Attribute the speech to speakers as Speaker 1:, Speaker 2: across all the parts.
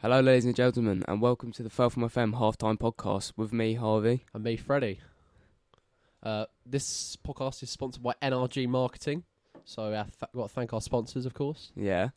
Speaker 1: Hello, ladies and gentlemen, and welcome to the Feltham FM halftime podcast with me, Harvey.
Speaker 2: and me, Freddie. Uh, this podcast is sponsored by NRG Marketing, so uh, th- we've got to thank our sponsors, of course.
Speaker 1: Yeah.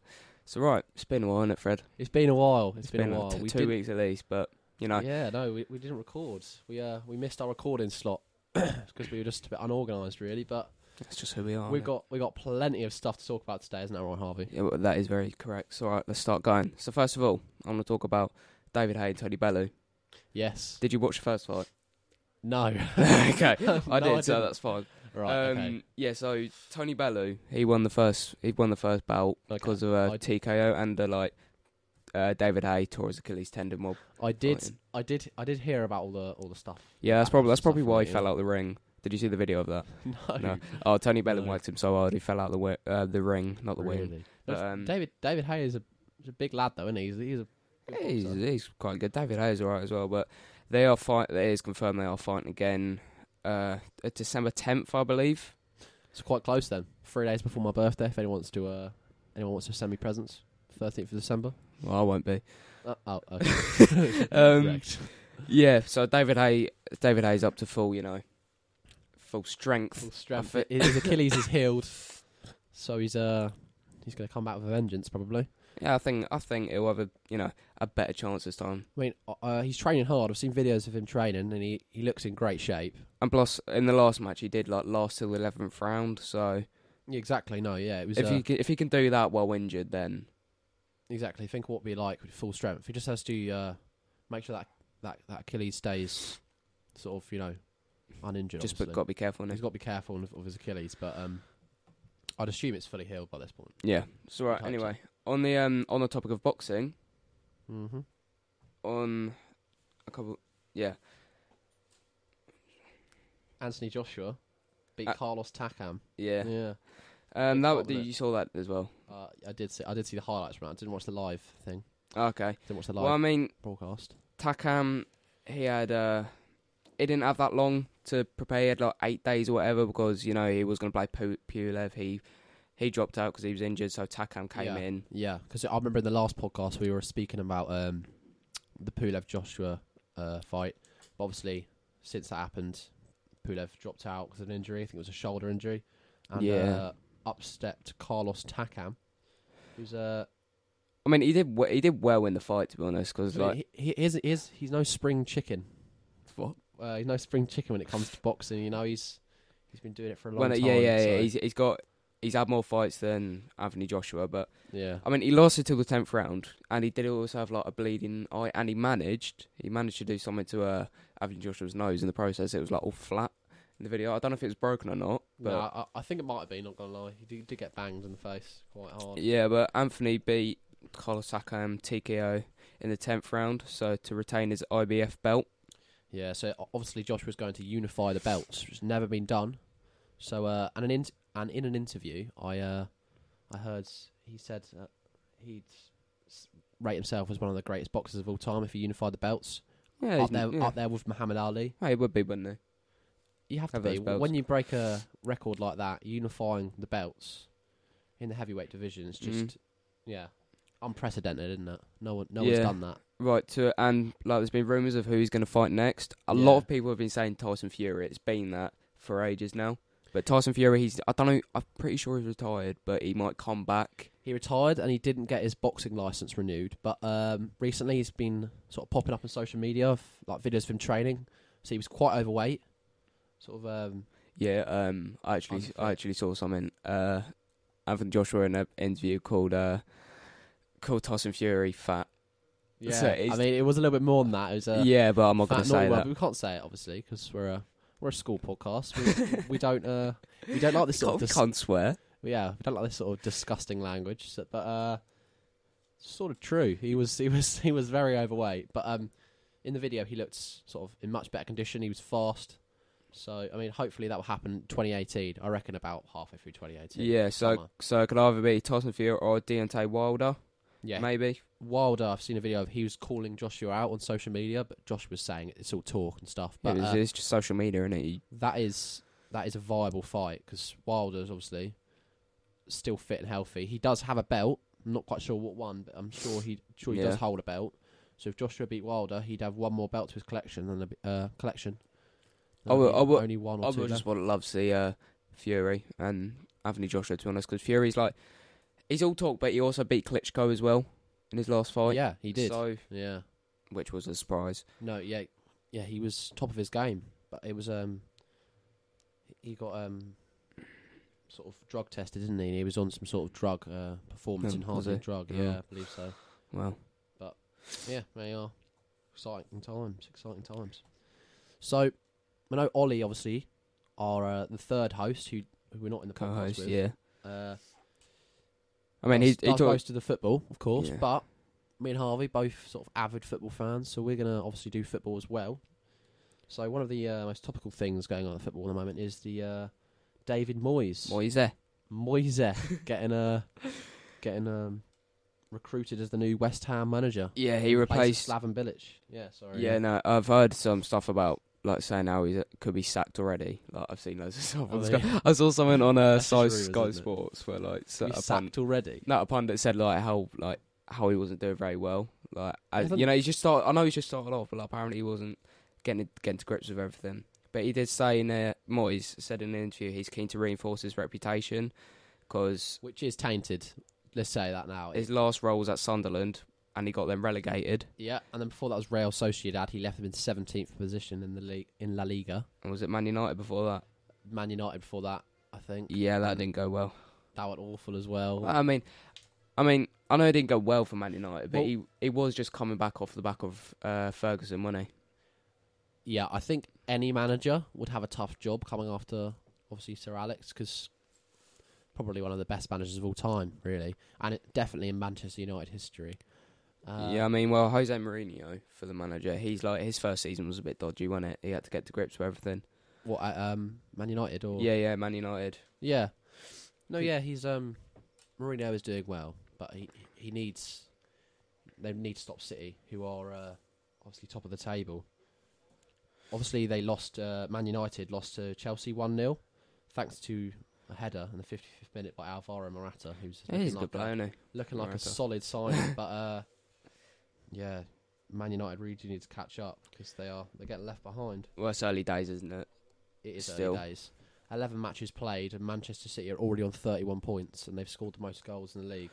Speaker 1: So, right, it's been a while, hasn't it, Fred?
Speaker 2: It's been a while.
Speaker 1: it's
Speaker 2: it's been, a while.
Speaker 1: like t-
Speaker 2: we
Speaker 1: two
Speaker 2: did-
Speaker 1: weeks at least, but, you know,
Speaker 2: Yeah, no, we, we didn't record. We uh we missed our recording slot because we were just a bit unorganised, really. But
Speaker 1: that's just who we are.
Speaker 2: we've
Speaker 1: innit?
Speaker 2: got we got plenty of stuff to talk about today, isn't that right, Harvey?
Speaker 1: Oh, Yeah, well, that is very correct. So, all right, let's start going. So, first of all, I'm going to talk about David Hay and Tony Bellew.
Speaker 2: Yes.
Speaker 1: Did you watch the first fight?
Speaker 2: No.
Speaker 1: okay,
Speaker 2: No,
Speaker 1: I did, so
Speaker 2: didn't.
Speaker 1: that's fine.
Speaker 2: right.
Speaker 1: um,
Speaker 2: okay.
Speaker 1: Yeah, so Tony Bellew, he won the first, he won the first bout
Speaker 2: Okay.
Speaker 1: because of uh, a
Speaker 2: I-
Speaker 1: TKO and the like. Uh, David Hay tore his Achilles tendon while
Speaker 2: I did.
Speaker 1: fine.
Speaker 2: I did. I did hear about all the all the stuff.
Speaker 1: Yeah, that's probably that's
Speaker 2: Stuff
Speaker 1: probably why he
Speaker 2: like it.
Speaker 1: fell out the ring. Did you see the video of that?
Speaker 2: no.
Speaker 1: No. Oh, Tony Bellin
Speaker 2: No.
Speaker 1: whacked him so hard he fell out the wi- uh, the ring, not the wing.
Speaker 2: really.
Speaker 1: But,
Speaker 2: No,
Speaker 1: um,
Speaker 2: David David Hay is a, is a big lad though, isn't he? He's, he's a good
Speaker 1: He's,
Speaker 2: boxer.
Speaker 1: he's quite good. David Hay is alright as well, but they are fight. It is confirmed they are fighting again. Uh, uh, December tenth, I believe.
Speaker 2: It's quite close then. Three days before my birthday. If anyone wants to, uh, anyone wants to send me presents, thirteenth of December.
Speaker 1: Well, I won't be.
Speaker 2: Uh, oh, okay.
Speaker 1: Um,
Speaker 2: Correct.
Speaker 1: Yeah. So David Hay, David Hay's up to full, you know, full strength.
Speaker 2: Full strength.
Speaker 1: I thi-
Speaker 2: His Achilles is healed, so he's uh he's gonna come back with a vengeance probably.
Speaker 1: Yeah, I think I think he'll have a you know a better chance this time.
Speaker 2: I mean, uh, uh, he's training hard. I've seen videos of him training, and he he looks in great shape.
Speaker 1: And plus, in the last match, he did like last till the eleventh round. So
Speaker 2: Yeah, exactly. No, yeah, it was.
Speaker 1: if
Speaker 2: uh,
Speaker 1: he can, if he can do that while injured, then
Speaker 2: Exactly. Think what it'd be like with full strength. He just has to uh, make sure that, that that Achilles stays sort of, you know, uninjured.
Speaker 1: just but
Speaker 2: obviously.
Speaker 1: got to be careful. Now.
Speaker 2: he's got to be careful of, of his Achilles, but um, I'd assume it's fully healed by this point.
Speaker 1: Yeah. So right.
Speaker 2: Types.
Speaker 1: Anyway, on the um on the topic of boxing,
Speaker 2: Mm-hmm.
Speaker 1: on a couple. Yeah.
Speaker 2: Anthony Joshua beat
Speaker 1: Uh,
Speaker 2: Carlos Takam.
Speaker 1: Yeah.
Speaker 2: yeah.
Speaker 1: Um. That
Speaker 2: big fight,
Speaker 1: w-
Speaker 2: wasn't
Speaker 1: you saw that as well.
Speaker 2: Uh, I did see. I did see the highlights from that. I didn't watch the live thing.
Speaker 1: Okay.
Speaker 2: Didn't watch the live
Speaker 1: Well, um, I mean,
Speaker 2: broadcast.
Speaker 1: Takam, he had uh, he didn't have that long to prepare. He had like eight days or whatever because you know he was going to play Pu- Pulev. He he dropped out because he was injured. So Takam came
Speaker 2: Yeah.
Speaker 1: in.
Speaker 2: Yeah, because I remember in the last podcast we were speaking about um, the Pulev Joshua uh, fight. But obviously, since that happened, Pulev dropped out because of an injury. I think it was a shoulder injury. And
Speaker 1: Yeah.
Speaker 2: uh, up stepped Carlos Takam, who's uh,
Speaker 1: I mean, he did w- he did well in the fight to be honest because like
Speaker 2: he, he, he is, he is, he's no spring chicken.
Speaker 1: What?
Speaker 2: Uh, he's no spring chicken when it comes to boxing. You know, he's he's been doing it for a long
Speaker 1: when,
Speaker 2: time.
Speaker 1: yeah yeah yeah
Speaker 2: so-
Speaker 1: he's he's got he's had more fights than Anthony Joshua, but
Speaker 2: yeah.
Speaker 1: I mean, he lost until the tenth round, and he did also have like a bleeding eye, and he managed. He managed to do something to uh, Anthony Joshua's nose in the process. It was like all flat in the video. I don't know if it was broken or not,
Speaker 2: No,
Speaker 1: but
Speaker 2: I, I think it might have been. Not gonna lie, he did, did get banged in the face quite hard.
Speaker 1: yeah. But Anthony beat Carlos Takam TKO in the tenth round, so to retain his IBF belt.
Speaker 2: Yeah, so o- obviously Josh was going to unify the belts, which has never been done. So, uh, and an in- and in an interview, I uh, I heard s- he said uh, he'd s- rate himself as one of the greatest boxers of all time if he unified the belts
Speaker 1: Yeah, he's-
Speaker 2: up there,
Speaker 1: yeah.
Speaker 2: up there with Muhammad Ali.
Speaker 1: Hey, it would be, wouldn't it?
Speaker 2: You have to
Speaker 1: Have
Speaker 2: be
Speaker 1: those belts.
Speaker 2: when you break a record like that, unifying the belts in the heavyweight division. It's
Speaker 1: Mhm.
Speaker 2: just yeah, unprecedented, isn't it? No one, no
Speaker 1: Yeah.
Speaker 2: one's done that.
Speaker 1: Right to and like there's been rumours of who he's going to fight next. A
Speaker 2: Yeah.
Speaker 1: lot of people have been saying Tyson Fury. It's been that for ages now. But Tyson Fury, he's I don't know. I'm pretty sure he's retired, but he might come back.
Speaker 2: He retired and he didn't get his boxing license renewed, but um, recently he's been sort of popping up on social media, of, like videos of him training. So he was quite overweight, sort of. Um,
Speaker 1: Yeah. Um. I actually
Speaker 2: Unfit.
Speaker 1: I actually saw something. Uh, Anthony Joshua in an interview called uh called Tyson Fury fat.
Speaker 2: yeah,
Speaker 1: So he's-
Speaker 2: I mean, it was a little bit more than that. It was uh,
Speaker 1: yeah, but I'm not
Speaker 2: fat
Speaker 1: going to
Speaker 2: and
Speaker 1: say
Speaker 2: all,
Speaker 1: that.
Speaker 2: but We can't say it obviously because we're a we're a school podcast. We, we don't uh, we don't like this sort
Speaker 1: Can't,
Speaker 2: of dis-
Speaker 1: can't swear.
Speaker 2: yeah we don't like this sort of disgusting language. So, but uh, sort of true. He was he was he was very overweight, but um, in the video he looked sort of in much better condition. He was fast. So I mean, hopefully that will happen in 2018. I reckon about halfway through 2018.
Speaker 1: Yeah. So
Speaker 2: summer.
Speaker 1: so it could either be Tyson Fury or Deontay Wilder.
Speaker 2: yeah.
Speaker 1: Maybe.
Speaker 2: Wilder, I've seen a video of he was calling Joshua out on social media, but Josh was saying it's all talk and stuff. But
Speaker 1: it's,
Speaker 2: uh,
Speaker 1: it's just social media, isn't it? You-
Speaker 2: that is that is a viable fight because Wilder's obviously still fit and healthy. He does have a belt, I'm not quite sure what one, but I'm sure he sure he
Speaker 1: Yeah.
Speaker 2: does hold a belt. So if Joshua beat Wilder, he'd have one more belt to his collection than the uh, collection.
Speaker 1: I would-
Speaker 2: Only-
Speaker 1: I would-
Speaker 2: only one or
Speaker 1: I
Speaker 2: two.
Speaker 1: would just
Speaker 2: left.
Speaker 1: want to love to see uh, Fury and Anthony Joshua to be honest, because Fury's like he's all talk, but he also beat Klitschko as well in his last fight.
Speaker 2: yeah, he did.
Speaker 1: So,
Speaker 2: yeah.
Speaker 1: which was a surprise.
Speaker 2: No, yeah, yeah, he was top of his game, but it was um, he got um, sort of drug tested, didn't he? And he was on some sort of drug, uh, performance
Speaker 1: Um, was
Speaker 2: enhancing
Speaker 1: he?
Speaker 2: drug.
Speaker 1: Oh.
Speaker 2: Yeah, I believe so.
Speaker 1: Well,
Speaker 2: Yeah, they are exciting times, exciting times. So, I know Ollie obviously our uh, the third host who, who we're not in the podcast
Speaker 1: co-host.
Speaker 2: with.
Speaker 1: Yeah.
Speaker 2: Uh,
Speaker 1: I mean, he's, he
Speaker 2: does
Speaker 1: talks.
Speaker 2: most of the football, of course,
Speaker 1: Yeah.
Speaker 2: but me and Harvey both sort of avid football fans, so we're going to obviously do football as well. So one of the uh, most topical things going on at football at the moment is the uh, David Moyes,
Speaker 1: Well, he's there.
Speaker 2: Moyes getting uh, getting um, recruited as the new West Ham manager.
Speaker 1: Yeah, he replaced.
Speaker 2: Replaces Slaven Bilic. Yeah, sorry.
Speaker 1: Yeah, no, I've heard some stuff about like saying how he could be sacked already. Like I've seen loads of stuff.
Speaker 2: Oh,
Speaker 1: on
Speaker 2: yeah.
Speaker 1: Sky. I saw someone on uh,
Speaker 2: That's
Speaker 1: Sky,
Speaker 2: just rumours,
Speaker 1: Sky
Speaker 2: isn't it?
Speaker 1: Sports where like so-
Speaker 2: He's
Speaker 1: a pundit,
Speaker 2: sacked already.
Speaker 1: no, a pundit said like how like how he wasn't doing very well. Like I,
Speaker 2: I don't-
Speaker 1: you know, he's just started. I know he's just started off, but like, apparently he wasn't getting getting to grips with everything. But he did say in uh, Moyes said in an interview he's keen to reinforce his reputation because
Speaker 2: which is tainted. Let's say that now.
Speaker 1: his last role was at Sunderland and he got them relegated.
Speaker 2: yeah, and then before that was Real Sociedad. He left them in seventeenth position in the league in La Liga.
Speaker 1: And was it Man United before that?
Speaker 2: Man United before that, I think.
Speaker 1: Yeah, that didn't go well.
Speaker 2: That went awful as well.
Speaker 1: I mean, I mean, I know it didn't go well for Man United, but
Speaker 2: Well-
Speaker 1: he he was just coming back off the back of uh, Ferguson, wasn't he?
Speaker 2: yeah, I think any manager would have a tough job coming after obviously Sir Alex because probably one of the best managers of all time, really, and it, definitely in Manchester United history. Uh,
Speaker 1: yeah, um, I mean, well, Jose Mourinho for the manager, he's like his first season was a bit dodgy, wasn't it? He had to get to grips with everything.
Speaker 2: What at um, Man United or
Speaker 1: Yeah, yeah, Man United.
Speaker 2: Yeah. No,
Speaker 1: He-
Speaker 2: yeah, he's um Mourinho is doing well, but he he needs they need to stop City, who are uh, obviously top of the table. Obviously, they lost. Uh, Man United lost to Chelsea one 0 thanks to a header in the 55th minute by Alvaro Morata, who's
Speaker 1: Yeah, he's a
Speaker 2: looking
Speaker 1: good
Speaker 2: like,
Speaker 1: player,
Speaker 2: a,
Speaker 1: isn't he?
Speaker 2: looking like a
Speaker 1: Morata.
Speaker 2: solid signing. but uh, yeah, Man United really do need to catch up because they are they're getting left behind.
Speaker 1: Well, it's early days, isn't it?
Speaker 2: It is
Speaker 1: Still.
Speaker 2: early days. Eleven matches played, and Manchester City are already on thirty-one points, and they've scored the most goals in the league,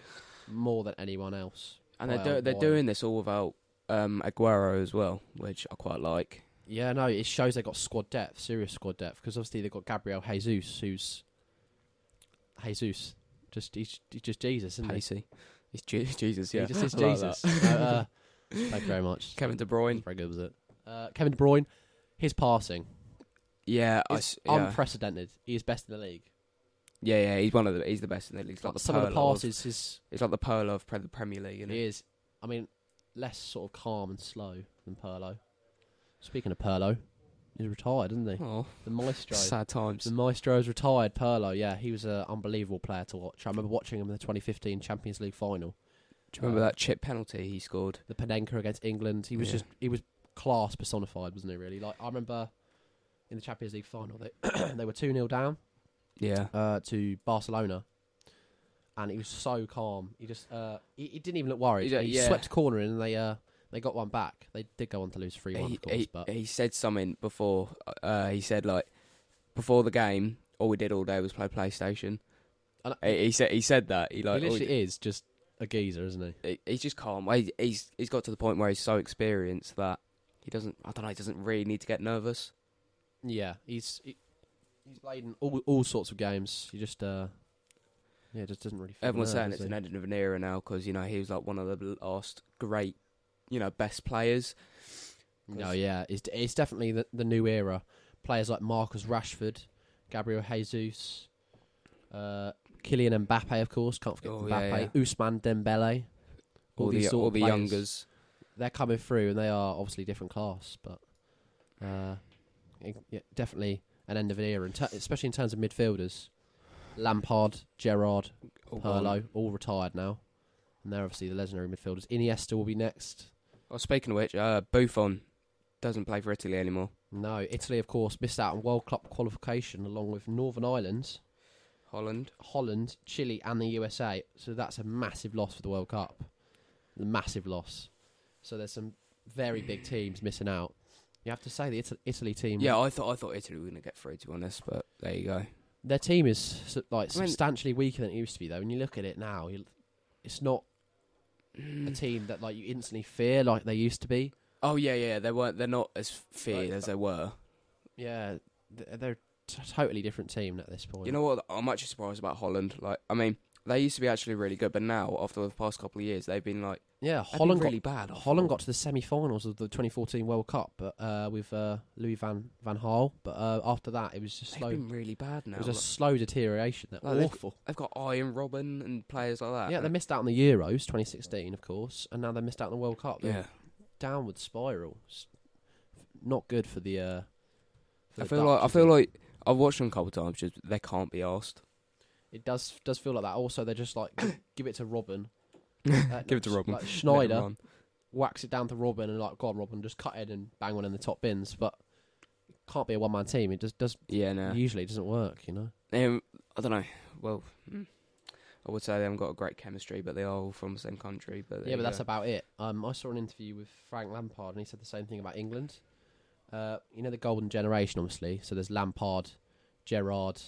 Speaker 2: more than anyone else.
Speaker 1: And
Speaker 2: By
Speaker 1: they're do-
Speaker 2: a
Speaker 1: they're
Speaker 2: while.
Speaker 1: doing this all without um, Aguero as well, which I quite like.
Speaker 2: Yeah, no, it shows they have got squad depth, serious squad depth, because obviously they've got Gabriel Jesus, who's Jesus, just he's, he's just Jesus, isn't
Speaker 1: Pacey, it's Je- Jesus,
Speaker 2: he?
Speaker 1: yeah,
Speaker 2: He just is
Speaker 1: I like
Speaker 2: Jesus.
Speaker 1: that.
Speaker 2: No, uh, thank you very much.
Speaker 1: Kevin De Bruyne,
Speaker 2: Very good, was it? Uh, Kevin De Bruyne, his passing
Speaker 1: yeah, I
Speaker 2: is
Speaker 1: s- yeah.
Speaker 2: unprecedented. He is best in the league.
Speaker 1: yeah, yeah, he's one of the he's the best in the league. He's like the
Speaker 2: Some of the
Speaker 1: pearl of-
Speaker 2: passes, his
Speaker 1: It's like the pearl of pre- the Premier League, isn't
Speaker 2: He
Speaker 1: it?
Speaker 2: is. I mean, less sort of calm and slow than Perlo. Speaking of Perlo, he's retired, isn't he?
Speaker 1: Oh,
Speaker 2: The maestro.
Speaker 1: sad times.
Speaker 2: The maestro's retired. Perlo, yeah, he was an unbelievable player to watch. I remember watching him in the 2015 Champions League final. Um,
Speaker 1: Do you remember that chip penalty he scored?
Speaker 2: The Panenka against England. He was
Speaker 1: Yeah.
Speaker 2: just he was class personified, wasn't he? Really, like I remember in the Champions League final, they they were two 0 down
Speaker 1: Yeah.
Speaker 2: uh, to Barcelona. And he was so calm. He just uh, he, he didn't even look worried.
Speaker 1: He don't-
Speaker 2: He
Speaker 1: yeah.
Speaker 2: swept a corner in and they uh, they got one back. They did go on to lose three one,
Speaker 1: He,
Speaker 2: of course.
Speaker 1: he,
Speaker 2: but
Speaker 1: he said something before. Uh, he said like before the game, all we did all day was play PlayStation.
Speaker 2: And I-
Speaker 1: He, he said he said that he like
Speaker 2: he
Speaker 1: all we
Speaker 2: literally is just a geezer, isn't he?
Speaker 1: d- he- he's just calm. He, he's he's got to the point where he's so experienced that he doesn't. I don't know. He doesn't really need to get nervous.
Speaker 2: Yeah, he's he, he's played in all all sorts of games. He just uh, yeah, just doesn't really. feel
Speaker 1: Everyone's saying
Speaker 2: nerves,
Speaker 1: it's
Speaker 2: does
Speaker 1: an
Speaker 2: he?
Speaker 1: end of an era now because you know he was like one of the last great, you know, best players.
Speaker 2: No, yeah, it's it's definitely the, the new era. Players like Marcus Rashford, Gabriel Jesus, uh, Kylian Mbappe, of course, can't forget
Speaker 1: Oh, yeah,
Speaker 2: Mbappe, Usman Dembele.
Speaker 1: All,
Speaker 2: these
Speaker 1: the
Speaker 2: sort
Speaker 1: all
Speaker 2: of
Speaker 1: the
Speaker 2: players.
Speaker 1: youngers.
Speaker 2: they're coming through and they are obviously different class, but uh, it- yeah, definitely an end of an era, in ter- especially in terms of midfielders. Lampard, Gerrard,
Speaker 1: all gone.
Speaker 2: Perlo, all retired now, and they're obviously the legendary midfielders. Iniesta will be next.
Speaker 1: Well, speaking of which, uh, Buffon doesn't play for Italy anymore.
Speaker 2: No, Italy, of course, missed out on World Cup qualification along with Northern Ireland.
Speaker 1: Holland.
Speaker 2: Holland, Chile, and the USA. So that's a massive loss for the World Cup. A massive loss. So there's some very big teams missing out. You have to say the Ita- Italy team.
Speaker 1: Yeah, I thought I thought Italy were gonna get through to be honest, but there you go.
Speaker 2: their team is su- like
Speaker 1: I mean-
Speaker 2: substantially weaker than it used to be. Though, when you look at it now, you, it's not a team that like you instantly fear like they used to be.
Speaker 1: Oh yeah, yeah, they weren't. They're not as feared
Speaker 2: Like,
Speaker 1: as they were.
Speaker 2: Yeah, th- they're t- totally different team at this point.
Speaker 1: You know what? I'm actually surprised about Holland. Like, I mean, they used to be actually really good, but now after the past couple of years, they've been like
Speaker 2: yeah,
Speaker 1: they've been
Speaker 2: Holland got
Speaker 1: really bad. I
Speaker 2: Holland
Speaker 1: thought.
Speaker 2: got to the semi-finals of the 2014 World Cup, but uh, with uh, Louis van van Gaal. But uh, after that, it was just
Speaker 1: they've
Speaker 2: slow.
Speaker 1: been really bad now.
Speaker 2: it was a
Speaker 1: Like,
Speaker 2: slow deterioration. They're
Speaker 1: Like, they've-
Speaker 2: awful.
Speaker 1: they've got Iron Robin and players like that.
Speaker 2: Yeah, they missed out on the Euros 2016, of course, and now they missed out on the World Cup. They're
Speaker 1: yeah.
Speaker 2: downward spiral. It's not good for the. Uh, for
Speaker 1: I
Speaker 2: the
Speaker 1: feel
Speaker 2: Dutch,
Speaker 1: like I
Speaker 2: is
Speaker 1: feel
Speaker 2: it?
Speaker 1: like I've watched them a couple times. Just they can't be asked.
Speaker 2: it does does feel like that. Also, they're just like give it to Robin. Uh,
Speaker 1: Give it to Robin. Let
Speaker 2: Like
Speaker 1: 'em
Speaker 2: Schneider
Speaker 1: run.
Speaker 2: whacks it down to Robin and like, God, Robin, just cut it and bang one in the top bins. But it can't be a one man team. It just does
Speaker 1: Yeah, no.
Speaker 2: usually doesn't work. You know.
Speaker 1: Um, I don't know. Well, mm, I would say they haven't got a great chemistry, but they are all from the same country. But there
Speaker 2: yeah, but
Speaker 1: you
Speaker 2: that's
Speaker 1: go.
Speaker 2: about it. Um, I saw an interview with Frank Lampard, and he said the same thing about England. Uh, you know the golden generation, obviously. So there's Lampard, Gerrard,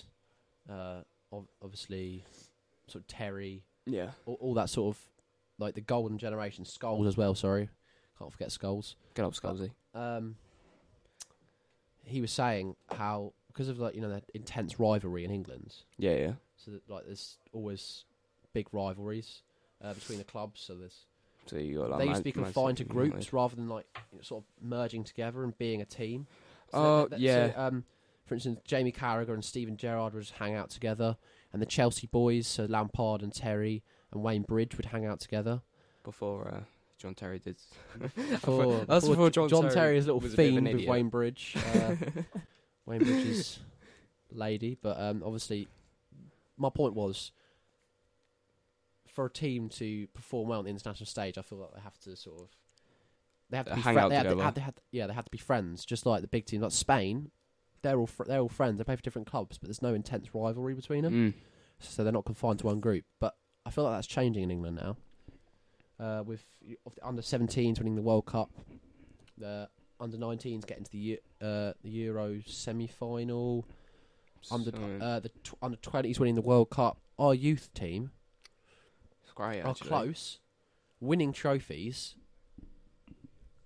Speaker 2: uh, ob- obviously, sort of Terry,
Speaker 1: yeah.
Speaker 2: all, all that sort of like the golden generation. Skulls as well. Sorry, can't forget Skulls.
Speaker 1: Get up, Scalzi.
Speaker 2: Um, he was saying how because of like you know that intense rivalry in England,
Speaker 1: Yeah, yeah.
Speaker 2: so that, like there's always big rivalries uh, between the clubs. So there's
Speaker 1: So you got like
Speaker 2: they
Speaker 1: Man-
Speaker 2: used to be
Speaker 1: Man
Speaker 2: confined to
Speaker 1: City,
Speaker 2: groups
Speaker 1: United.
Speaker 2: rather than like you know, sort of merging together and being a team.
Speaker 1: Oh,
Speaker 2: that- that-
Speaker 1: yeah.
Speaker 2: So, um, for instance, Jamie Carragher and Steven Gerrard would just hang out together, and the Chelsea boys, so Lampard and Terry and Wayne Bridge would hang out together.
Speaker 1: before uh, John Terry did.
Speaker 2: Before-
Speaker 1: that's before John Terry
Speaker 2: Terry's little
Speaker 1: was a bit of
Speaker 2: fiend
Speaker 1: an
Speaker 2: with
Speaker 1: idiot.
Speaker 2: Wayne Bridge. Uh, Wayne Bridge's lady, but um, obviously, my point was for a team to perform well on the international stage, I feel like they have to sort of they have to be
Speaker 1: Hang
Speaker 2: fri-
Speaker 1: out
Speaker 2: they have to-
Speaker 1: together.
Speaker 2: have to- have to- yeah, they have to be friends, just like the big teams, like Spain. They're all fr- they're all friends. They play for different clubs, but there's no intense rivalry between them,
Speaker 1: Mm.
Speaker 2: so they're not confined to one group. But I feel like that's changing in England now. Uh, with y- of the under 17s winning the World Cup, the under 19s getting to the Eu- uh, the Euro semi final, under
Speaker 1: So,
Speaker 2: uh, the tw- under twenties winning the World Cup. Our youth team
Speaker 1: it's great,
Speaker 2: are
Speaker 1: actually.
Speaker 2: close, winning trophies,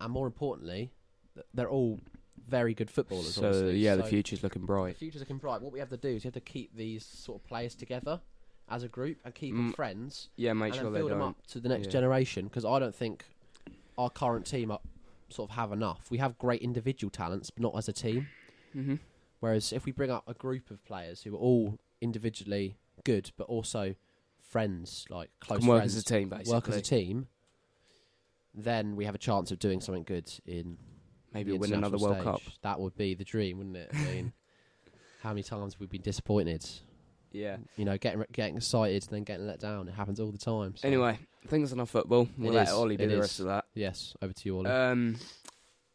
Speaker 2: and more importantly, th- they're all very good footballers.
Speaker 1: So
Speaker 2: obviously.
Speaker 1: yeah, the
Speaker 2: So
Speaker 1: future's looking
Speaker 2: the
Speaker 1: bright.
Speaker 2: future's looking bright. What we have to do is you have to keep these sort of players together as a group and keep them
Speaker 1: Mm,
Speaker 2: friends,
Speaker 1: Yeah, make
Speaker 2: and
Speaker 1: sure
Speaker 2: then
Speaker 1: they
Speaker 2: build them
Speaker 1: don't.
Speaker 2: up to the next
Speaker 1: yeah.
Speaker 2: generation. Because I don't think our current team are, sort of have enough. We have great individual talents, but not as a team.
Speaker 1: Mm-hmm.
Speaker 2: Whereas if we bring up a group of players who are all individually good, but also friends, like close
Speaker 1: Can work
Speaker 2: friends,
Speaker 1: as a team, basically.
Speaker 2: work as a team, then we have a chance of doing something good in
Speaker 1: Maybe
Speaker 2: the
Speaker 1: win another World
Speaker 2: international
Speaker 1: Cup.
Speaker 2: stage. That would be the dream, wouldn't it? I mean, how many times we've been disappointed?
Speaker 1: Yeah.
Speaker 2: You know, getting getting excited, then getting let down. It happens all the time. so-
Speaker 1: Anyway, things enough football. We'll
Speaker 2: It
Speaker 1: let
Speaker 2: is,
Speaker 1: Ollie do
Speaker 2: it
Speaker 1: the
Speaker 2: is.
Speaker 1: rest of that.
Speaker 2: yes, over to you, Ollie.
Speaker 1: Um,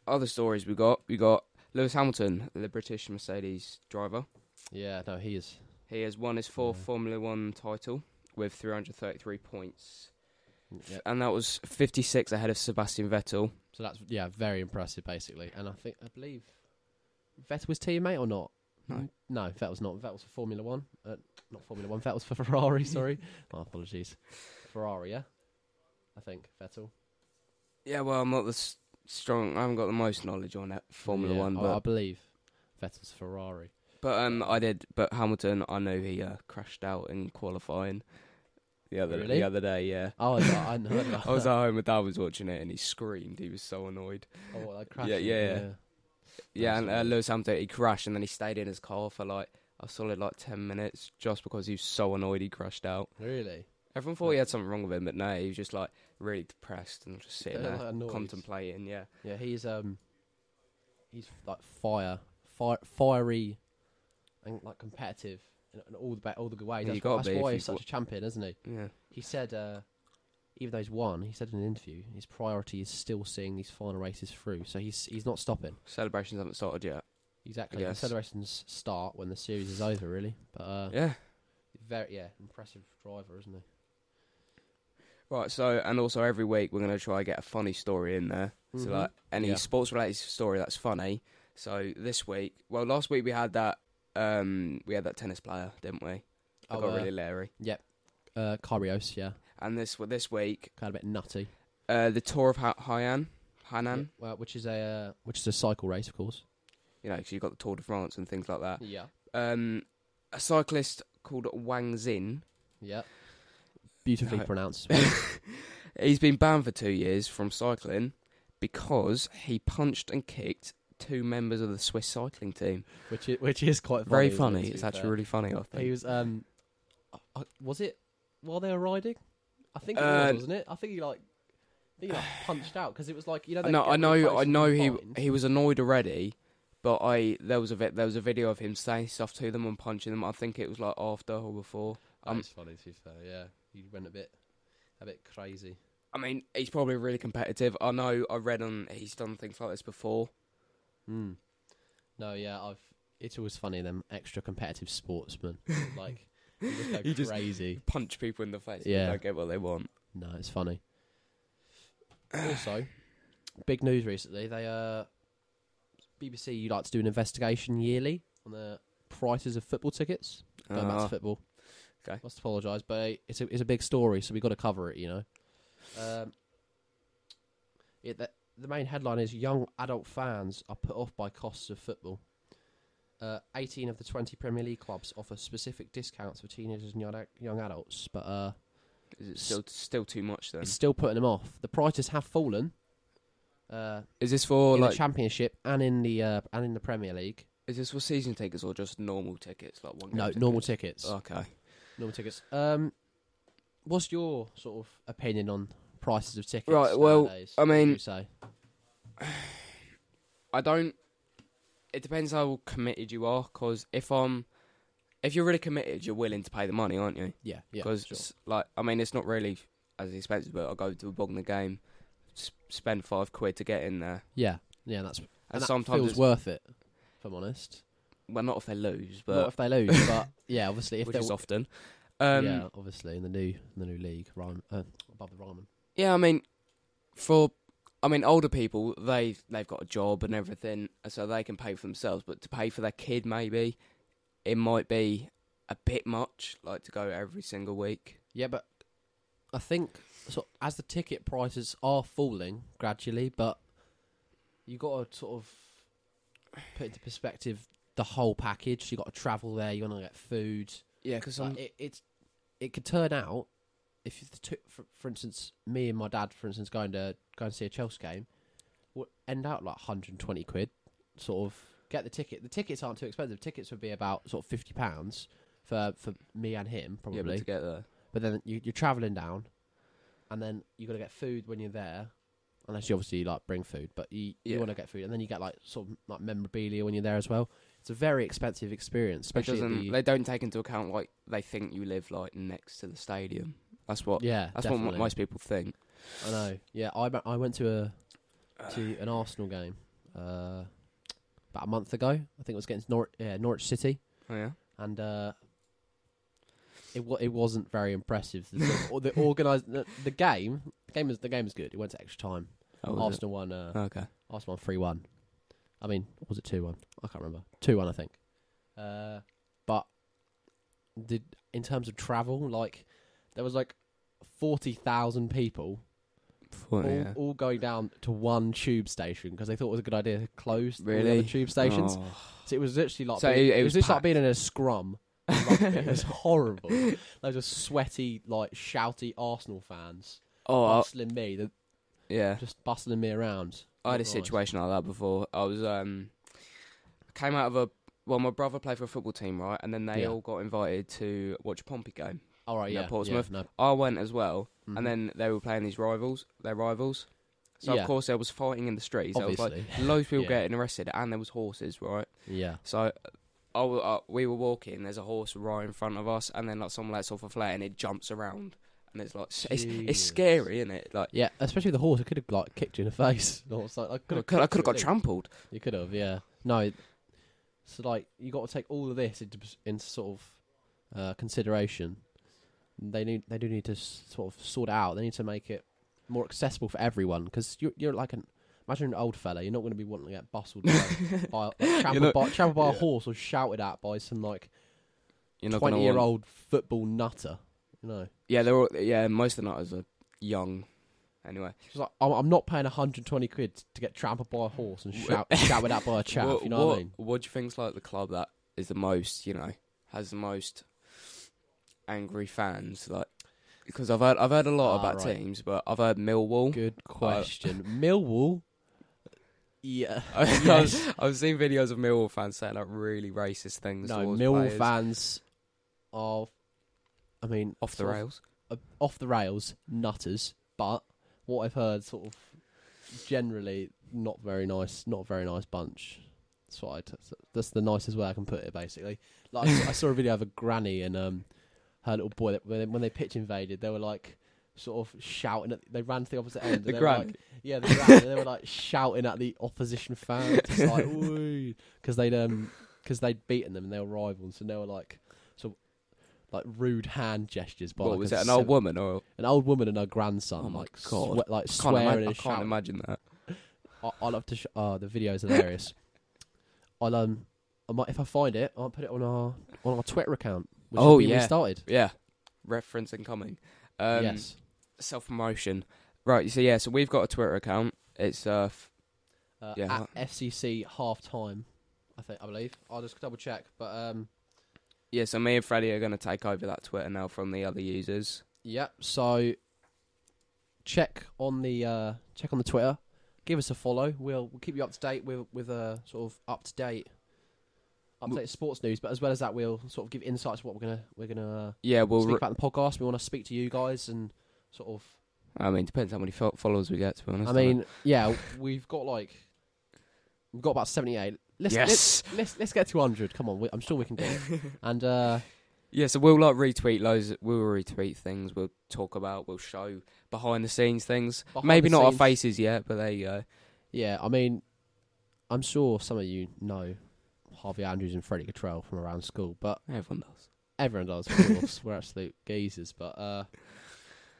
Speaker 1: other stories we got. We got Lewis Hamilton, the British Mercedes driver.
Speaker 2: yeah, no, he is.
Speaker 1: He has won his fourth
Speaker 2: Yeah.
Speaker 1: Formula One title with 333 points,
Speaker 2: yeah.
Speaker 1: and that was 56 ahead of Sebastian Vettel.
Speaker 2: So that's yeah, very impressive, basically. And I think I believe Vettel was teammate or not?
Speaker 1: No.
Speaker 2: no, Vettel's not. Vettel's for Formula One, uh, not Formula One. Vettel's for Ferrari. Sorry, my apologies. Ferrari, yeah, I think Vettel.
Speaker 1: Yeah, well, I'm not the s- strong. I haven't got the most knowledge on that Formula
Speaker 2: Yeah,
Speaker 1: One,
Speaker 2: I-
Speaker 1: but
Speaker 2: I, believe Vettel's Ferrari.
Speaker 1: but um, I did. But Hamilton, I know he uh, crashed out in qualifying the other
Speaker 2: Really?
Speaker 1: the other day. Yeah,
Speaker 2: Oh, I, I know. I, know.
Speaker 1: I was at home. My dad was watching it, and he screamed. He was so annoyed.
Speaker 2: oh, well, that crash.
Speaker 1: Yeah, yeah, yeah. Yeah, and uh,
Speaker 2: Absolutely.
Speaker 1: Lewis Hamilton he crashed, and then he stayed in his car for like a solid like ten minutes just because he was so annoyed he crashed out.
Speaker 2: Really?
Speaker 1: Everyone thought he had something wrong with him, but no, he was just like really depressed and just sitting there
Speaker 2: Annoyed.
Speaker 1: contemplating. Yeah,
Speaker 2: Yeah, he's um, he's like fire, fire, fiery, and like competitive in, in all the ba- all the good ways.
Speaker 1: Yeah, you
Speaker 2: That's,
Speaker 1: gotta
Speaker 2: that's
Speaker 1: be if
Speaker 2: why
Speaker 1: you
Speaker 2: he's such
Speaker 1: wa-
Speaker 2: a champion, isn't he?
Speaker 1: yeah,
Speaker 2: He said, uh, even though he's won, he said in an interview, his priority is still seeing these final races through. So he's he's not stopping.
Speaker 1: celebrations haven't started yet.
Speaker 2: Exactly. The
Speaker 1: guess.
Speaker 2: celebrations start when the series is over, really. But uh,
Speaker 1: yeah,
Speaker 2: very yeah, impressive driver, isn't he?
Speaker 1: Right, so and also every week we're gonna try and get a funny story in there. So
Speaker 2: Mhm.
Speaker 1: like any
Speaker 2: Yeah.
Speaker 1: sports related story that's funny. So this week, well, last week we had that um we had that tennis player, didn't we? I
Speaker 2: Oh,
Speaker 1: got
Speaker 2: uh,
Speaker 1: really leery.
Speaker 2: Uh, Karios, yeah,
Speaker 1: And this this week,
Speaker 2: kind of a bit nutty.
Speaker 1: uh, the tour of ha- Hainan, Hainan.
Speaker 2: Yeah, well, which is a uh, which is a cycle race, of course.
Speaker 1: You know, 'cause you've got the Tour de France and things like that.
Speaker 2: Yeah,
Speaker 1: Um, a cyclist called Wang Xin.
Speaker 2: yeah. Beautifully
Speaker 1: Right.
Speaker 2: pronounced. as well.
Speaker 1: He's been banned for two years from cycling because he punched and kicked two members of the Swiss cycling team.
Speaker 2: which is, which is quite funny,
Speaker 1: Very
Speaker 2: isn't it,
Speaker 1: funny.
Speaker 2: to
Speaker 1: It's
Speaker 2: be
Speaker 1: actually
Speaker 2: fair?
Speaker 1: really funny. I
Speaker 2: He
Speaker 1: think.
Speaker 2: was um, I- I- was it while they were riding? I think it
Speaker 1: Uh,
Speaker 2: was, wasn't it? I think he like, I think he like punched out because it was like you know. they
Speaker 1: No,
Speaker 2: get
Speaker 1: I know, I
Speaker 2: really
Speaker 1: know
Speaker 2: close
Speaker 1: he
Speaker 2: and fined.
Speaker 1: he was annoyed already, but I there was a vi- there was a video of him saying stuff to them and punching them. I think it was like after or before.
Speaker 2: That
Speaker 1: um,
Speaker 2: is funny to be fair. Yeah, he went a bit, a bit crazy.
Speaker 1: I mean, he's probably really competitive. I know. I read on he's done things like this before.
Speaker 2: Mm. No, yeah, I've. It's always funny them extra competitive sportsmen like they just go
Speaker 1: He just-
Speaker 2: crazy.
Speaker 1: Punch people in the face. Yeah,
Speaker 2: Yeah.
Speaker 1: they don't get what they want.
Speaker 2: No, it's funny. also, big news recently. They uh, BBC you like to do an investigation yearly on the prices of football tickets. Going back
Speaker 1: Uh,
Speaker 2: to football.
Speaker 1: okay.
Speaker 2: Must apologise, but it's a it's a big story, so we got to cover it. You know. Um. It the, the main headline is young adult fans are put off by costs of football. Uh, 18 of the 20 Premier League clubs offer specific discounts for teenagers and young, ad- young adults, but uh,
Speaker 1: is it still still too much then?
Speaker 2: it's still putting them off. The prices have fallen uh,
Speaker 1: Is this for
Speaker 2: in
Speaker 1: like
Speaker 2: the championship and in the uh, and in the Premier League.
Speaker 1: is this for season tickets or just normal tickets like one?
Speaker 2: No,
Speaker 1: game
Speaker 2: normal tickets.
Speaker 1: Okay.
Speaker 2: Normal tickets. Um, what's your sort of opinion on prices of tickets?
Speaker 1: Right, well,
Speaker 2: nowadays?
Speaker 1: I
Speaker 2: What would
Speaker 1: mean-
Speaker 2: you say
Speaker 1: I don't. It depends how committed you are, because if I'm, if you're really committed, you're willing to pay the money, aren't you?
Speaker 2: yeah, yeah,
Speaker 1: Because
Speaker 2: sure.
Speaker 1: like, I mean, it's not really as expensive, but I go to a Bognor game, s- spend five quid to get in there,
Speaker 2: yeah, yeah, that's
Speaker 1: and,
Speaker 2: and that
Speaker 1: sometimes
Speaker 2: feels
Speaker 1: it's,
Speaker 2: worth it. If I'm honest,
Speaker 1: well, not if they lose,
Speaker 2: not
Speaker 1: but
Speaker 2: if they lose, but yeah, obviously if
Speaker 1: which
Speaker 2: they
Speaker 1: is often. Um,
Speaker 2: yeah, obviously in the new in the new league, Ryan, uh, above the Ryman.
Speaker 1: Yeah, I mean, for I mean older people, they they've got a job and everything, so they can pay for themselves. But to pay for their kid, maybe it might be a bit much, like to go every single week.
Speaker 2: Yeah, but I think so. As the ticket prices are falling gradually, but you got to sort of put into perspective the whole package. You got to travel there. You want to get food.
Speaker 1: Yeah, because
Speaker 2: Like, it, it's it could turn out if you took, for, for instance, me and my dad, for instance, going to going to see a Chelsea game, would end out like 120 quid. Sort of get the ticket. The tickets aren't too expensive. Tickets would be about sort of 50 pounds for for me and him probably
Speaker 1: yeah, but to get there.
Speaker 2: but then you, you're traveling down, and then you got to get food when you're there, unless you obviously like bring food. But you,
Speaker 1: Yeah.
Speaker 2: you want to get food, and then you get like sort of like memorabilia when you're there as well. It's a very expensive experience, especially
Speaker 1: it
Speaker 2: at
Speaker 1: doesn't.
Speaker 2: the,
Speaker 1: They don't take into account like they think you live like next to the stadium. That's what.
Speaker 2: yeah.
Speaker 1: that's
Speaker 2: definitely.
Speaker 1: what most people think.
Speaker 2: I know. Yeah, I be- I went to a to an Arsenal game uh, about a month ago. I think it was against Nor- yeah, Norwich City.
Speaker 1: Oh, yeah.
Speaker 2: and uh, it wa- it wasn't very impressive. The, sort of- the organized the, the game the game was the game was good. It went to extra time.
Speaker 1: Oh, was it?
Speaker 2: Arsenal won. Uh,
Speaker 1: Okay.
Speaker 2: Arsenal won three one. I mean, or was it two one? I can't remember. Two one, I think. Uh, but the in terms of travel, like there was like forty thousand people
Speaker 1: Four,
Speaker 2: all,
Speaker 1: Oh, yeah.
Speaker 2: all going down to one tube station because they thought it was a good idea to close all the
Speaker 1: Really?
Speaker 2: other tube stations.
Speaker 1: Oh.
Speaker 2: So it was literally like
Speaker 1: So
Speaker 2: being,
Speaker 1: it-
Speaker 2: it,
Speaker 1: it
Speaker 2: was,
Speaker 1: was
Speaker 2: just like being in a scrum. Like, it was horrible. Those were sweaty, like shouty Arsenal fans
Speaker 1: Oh, I-
Speaker 2: bustling me, they're
Speaker 1: yeah.
Speaker 2: just bustling me around.
Speaker 1: I had a
Speaker 2: Not nice.
Speaker 1: Oh, situation like that before. I was um came out of a well, my brother played for a football team, right? And then they
Speaker 2: Yeah.
Speaker 1: all got invited to watch a Pompey game.
Speaker 2: All right,
Speaker 1: You know,
Speaker 2: yeah,
Speaker 1: Portsmouth.
Speaker 2: yeah, no,
Speaker 1: I went as well,
Speaker 2: mhm.
Speaker 1: and then they were playing these rivals, their rivals. So
Speaker 2: Yeah.
Speaker 1: of course there was fighting in the streets. There was
Speaker 2: obviously,
Speaker 1: like loads of people
Speaker 2: Yeah.
Speaker 1: getting arrested, and there was horses, right?
Speaker 2: yeah,
Speaker 1: So. I w- uh, we were walking. There's a horse right in front of us, and then like someone lets off a flare, and it jumps around, and it's like s- it's, it's
Speaker 2: Jesus.
Speaker 1: scary, isn't it? Like
Speaker 2: yeah. Especially the horse, I could have like kicked you in the face. Or something. I could
Speaker 1: I
Speaker 2: have,
Speaker 1: could have got trampled.
Speaker 2: You could have, yeah. No, it- so like you got to take all of this into, pers- into sort of uh, consideration. They need they do need to s- sort of sort it out. They need to make it more accessible for everyone because you're you're like an imagine an old fella. You're not going to be wanting to get bustled by, by like, trampled
Speaker 1: not-
Speaker 2: by, trampled by a
Speaker 1: yeah.
Speaker 2: horse or shouted at by some like
Speaker 1: You're not gonna
Speaker 2: twenty year
Speaker 1: want-
Speaker 2: old football nutter. You know,
Speaker 1: Yeah, they're all, yeah. Most of the nutters are young. Anyway,
Speaker 2: It's like I'm, I'm not paying 120 quid to get trampled by a horse and
Speaker 1: Wh-
Speaker 2: shout, shouted at by a chaff.
Speaker 1: what,
Speaker 2: you know what,
Speaker 1: what,
Speaker 2: I mean?
Speaker 1: what do you think's like the club that is the most? You know, has the most angry fans. Like, because I've heard I've heard a lot
Speaker 2: Ah,
Speaker 1: about
Speaker 2: right.
Speaker 1: teams, but I've heard Millwall.
Speaker 2: Good question. Millwall. Yeah.
Speaker 1: I've-
Speaker 2: Yes.
Speaker 1: I've seen videos of Millwall fans saying like really racist things.
Speaker 2: No,
Speaker 1: towards
Speaker 2: Millwall
Speaker 1: players.
Speaker 2: fans are, I mean,
Speaker 1: off the
Speaker 2: sort of,
Speaker 1: rails.
Speaker 2: uh, off the rails, nutters. But what I've heard, sort of, generally not very nice, not a very nice bunch. That's what I. T- that's the nicest way I can put it. Basically, like I saw- I saw a video of a granny and um her little boy that when they, when they pitch invaded, they were like sort of shouting. At, they ran to the opposite end. and
Speaker 1: The
Speaker 2: they were
Speaker 1: gran.
Speaker 2: like- yeah, the gran. and they were like shouting at the opposition fans, just like because they'd um because they'd beaten them and they were rivals, and they were like so like rude hand gestures by
Speaker 1: What
Speaker 2: like,
Speaker 1: was
Speaker 2: a
Speaker 1: it? An old
Speaker 2: seven-
Speaker 1: woman or
Speaker 2: an old woman and her grandson,
Speaker 1: Oh my
Speaker 2: like
Speaker 1: God.
Speaker 2: swe- like
Speaker 1: I can't,
Speaker 2: swearing
Speaker 1: ima- I
Speaker 2: and
Speaker 1: can't
Speaker 2: shouting.
Speaker 1: imagine that.
Speaker 2: I- I'll have to. Sh- oh, the video's hilarious. I'll um, I might if I find it, I'll put it on our on our Twitter account. Which
Speaker 1: Oh,
Speaker 2: has been
Speaker 1: yeah.
Speaker 2: restarted.
Speaker 1: Yeah, reference incoming. Um,
Speaker 2: yes,
Speaker 1: self promotion. Right, so yeah, so we've got a Twitter account. It's uh f-
Speaker 2: uh,
Speaker 1: yeah.
Speaker 2: at FCC half time. I think I believe. I'll just double check, but um,
Speaker 1: yeah, so me and Freddie are gonna take over that Twitter now from the other users.
Speaker 2: yeah. So check on the uh, check on the Twitter. Give us a follow. We'll we'll keep you up to date with with a sort of up to date. Up to date sports news, but as well as that, we'll sort of give insights to what we're gonna we're gonna uh,
Speaker 1: Yeah, we'll
Speaker 2: speak
Speaker 1: re-
Speaker 2: about the podcast. We want to speak to you guys and sort of.
Speaker 1: I mean, depends how many fo- followers we get to be honest.
Speaker 2: I mean, yeah, we've got like we've got about seventy-eight. Let's,
Speaker 1: Yes.
Speaker 2: let's let's let's get two hundred. Come on, we, I'm sure we can do it. And uh,
Speaker 1: yeah, so we'll like retweet loads we'll retweet things, we'll talk about, we'll show behind the scenes things.
Speaker 2: Behind
Speaker 1: Maybe
Speaker 2: the
Speaker 1: not our
Speaker 2: scenes.
Speaker 1: faces yet, but there you go.
Speaker 2: yeah, I mean, I'm sure some of you know Harvey Andrews and Freddie Cottrell from around school, but
Speaker 1: Everyone does.
Speaker 2: everyone does, of course. We're absolute geezers, but uh,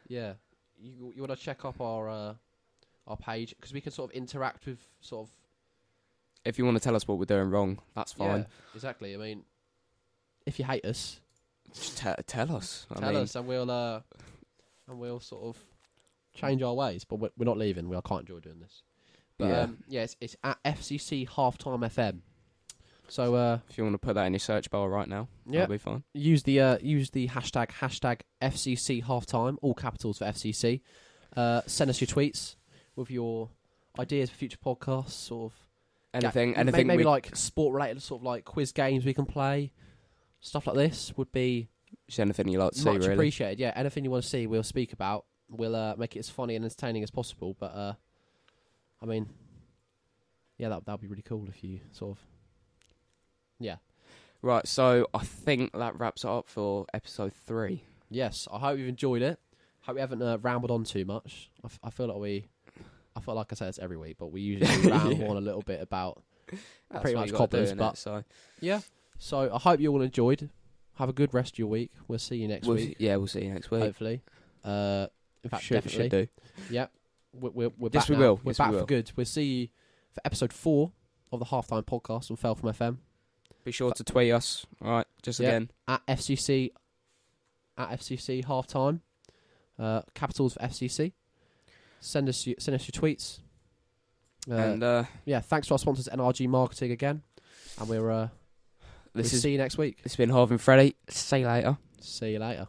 Speaker 2: yeah, you you want to check up our uh, our page because we can sort of interact with sort of
Speaker 1: If you want to tell us what we're doing wrong, that's fine.
Speaker 2: Yeah, exactly. I mean, if you hate us,
Speaker 1: Just te- tell us. I
Speaker 2: tell
Speaker 1: mean,
Speaker 2: us, and we'll uh, and we'll sort of change our ways. But we're, we're not leaving. We I can't enjoy doing this. But
Speaker 1: Yeah.
Speaker 2: yeah, um, yeah it's, it's at FCC halftime FM. So uh,
Speaker 1: if you want to put that in your search bar right now,
Speaker 2: yeah,
Speaker 1: that'll be fine.
Speaker 2: use the uh, use the hashtag hashtag FCC halftime, all capitals for FCC. Uh, send us your tweets with your ideas for future podcasts, sort of yeah,
Speaker 1: Anything,
Speaker 2: may-
Speaker 1: anything
Speaker 2: Maybe
Speaker 1: we-
Speaker 2: like sport related, sort of like quiz games we can play. Stuff like this would be
Speaker 1: just anything you like to see,
Speaker 2: much
Speaker 1: really.
Speaker 2: appreciated. Yeah, anything you want to see, we'll speak about. We'll uh, make it as funny and entertaining as possible. But uh, I mean, yeah, that that'd be really cool if you sort of. Yeah.
Speaker 1: Right, so I think that wraps it up for episode three.
Speaker 2: Yes. I hope you've enjoyed it. Hope we haven't uh, rambled on too much. I, f- I feel like we. I feel like I say this every week, but we usually ramble
Speaker 1: Yeah.
Speaker 2: on a little bit about.
Speaker 1: That's
Speaker 2: Pretty
Speaker 1: what
Speaker 2: much
Speaker 1: you gotta do,
Speaker 2: coppers,
Speaker 1: innit?
Speaker 2: but
Speaker 1: so
Speaker 2: Yeah. So I hope you all enjoyed. Have a good rest of your week. We'll see you next
Speaker 1: we'll,
Speaker 2: week,
Speaker 1: yeah, we'll see you next week.
Speaker 2: hopefully. Uh, in fact,
Speaker 1: should,
Speaker 2: definitely.
Speaker 1: should do.
Speaker 2: Yep. We're, we're, we're
Speaker 1: Yes,
Speaker 2: back
Speaker 1: we
Speaker 2: now.
Speaker 1: will.
Speaker 2: We're
Speaker 1: Yes, we
Speaker 2: back
Speaker 1: will.
Speaker 2: for good. We'll see you for episode four of the Halftime Podcast on Fell From FM
Speaker 1: Be sure to tweet us. All right, just
Speaker 2: Yeah.
Speaker 1: again.
Speaker 2: at FCC, at FCC Halftime, uh, capitals for FCC. Send us, your- send us your tweets. Uh,
Speaker 1: and uh,
Speaker 2: yeah, thanks to our sponsors, NRG Marketing again. And we're, uh,
Speaker 1: this
Speaker 2: we'll
Speaker 1: is
Speaker 2: see you next week.
Speaker 1: it's been Harvey and Freddy. See you later.
Speaker 2: See you later.